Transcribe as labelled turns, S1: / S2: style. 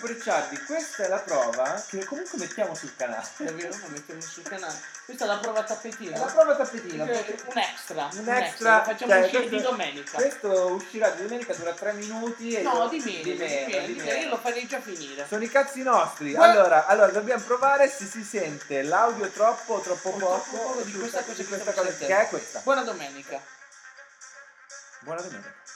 S1: pure Ciardi, questa è la prova che comunque mettiamo sul canale.
S2: È vero, lo mettiamo sul canale. Questa è la prova
S1: È la
S2: tappetino.
S1: prova tappetina.
S2: Un extra.
S1: Un
S2: Un
S1: extra,
S2: extra. Lo Facciamo
S1: cioè,
S2: uscire di
S1: questo-
S2: domenica.
S1: Questo uscirà di domenica, dura 3 minuti. E
S2: No, di meno, di
S1: meno,
S2: meno,
S1: di
S2: di meno. Io
S1: meno.
S2: lo farei già finire.
S1: Sono i cazzi nostri.
S2: Guarda-
S1: Allora, allora, dobbiamo provare se si sente l'audio troppo o troppo
S2: O
S1: poco.
S2: troppo poco di
S1: su-
S2: questa cosa
S1: di
S2: che
S1: questa
S2: stiamo
S1: cosa- che
S2: sentendo.
S1: è questa.
S2: Buona domenica.
S1: Buona domenica.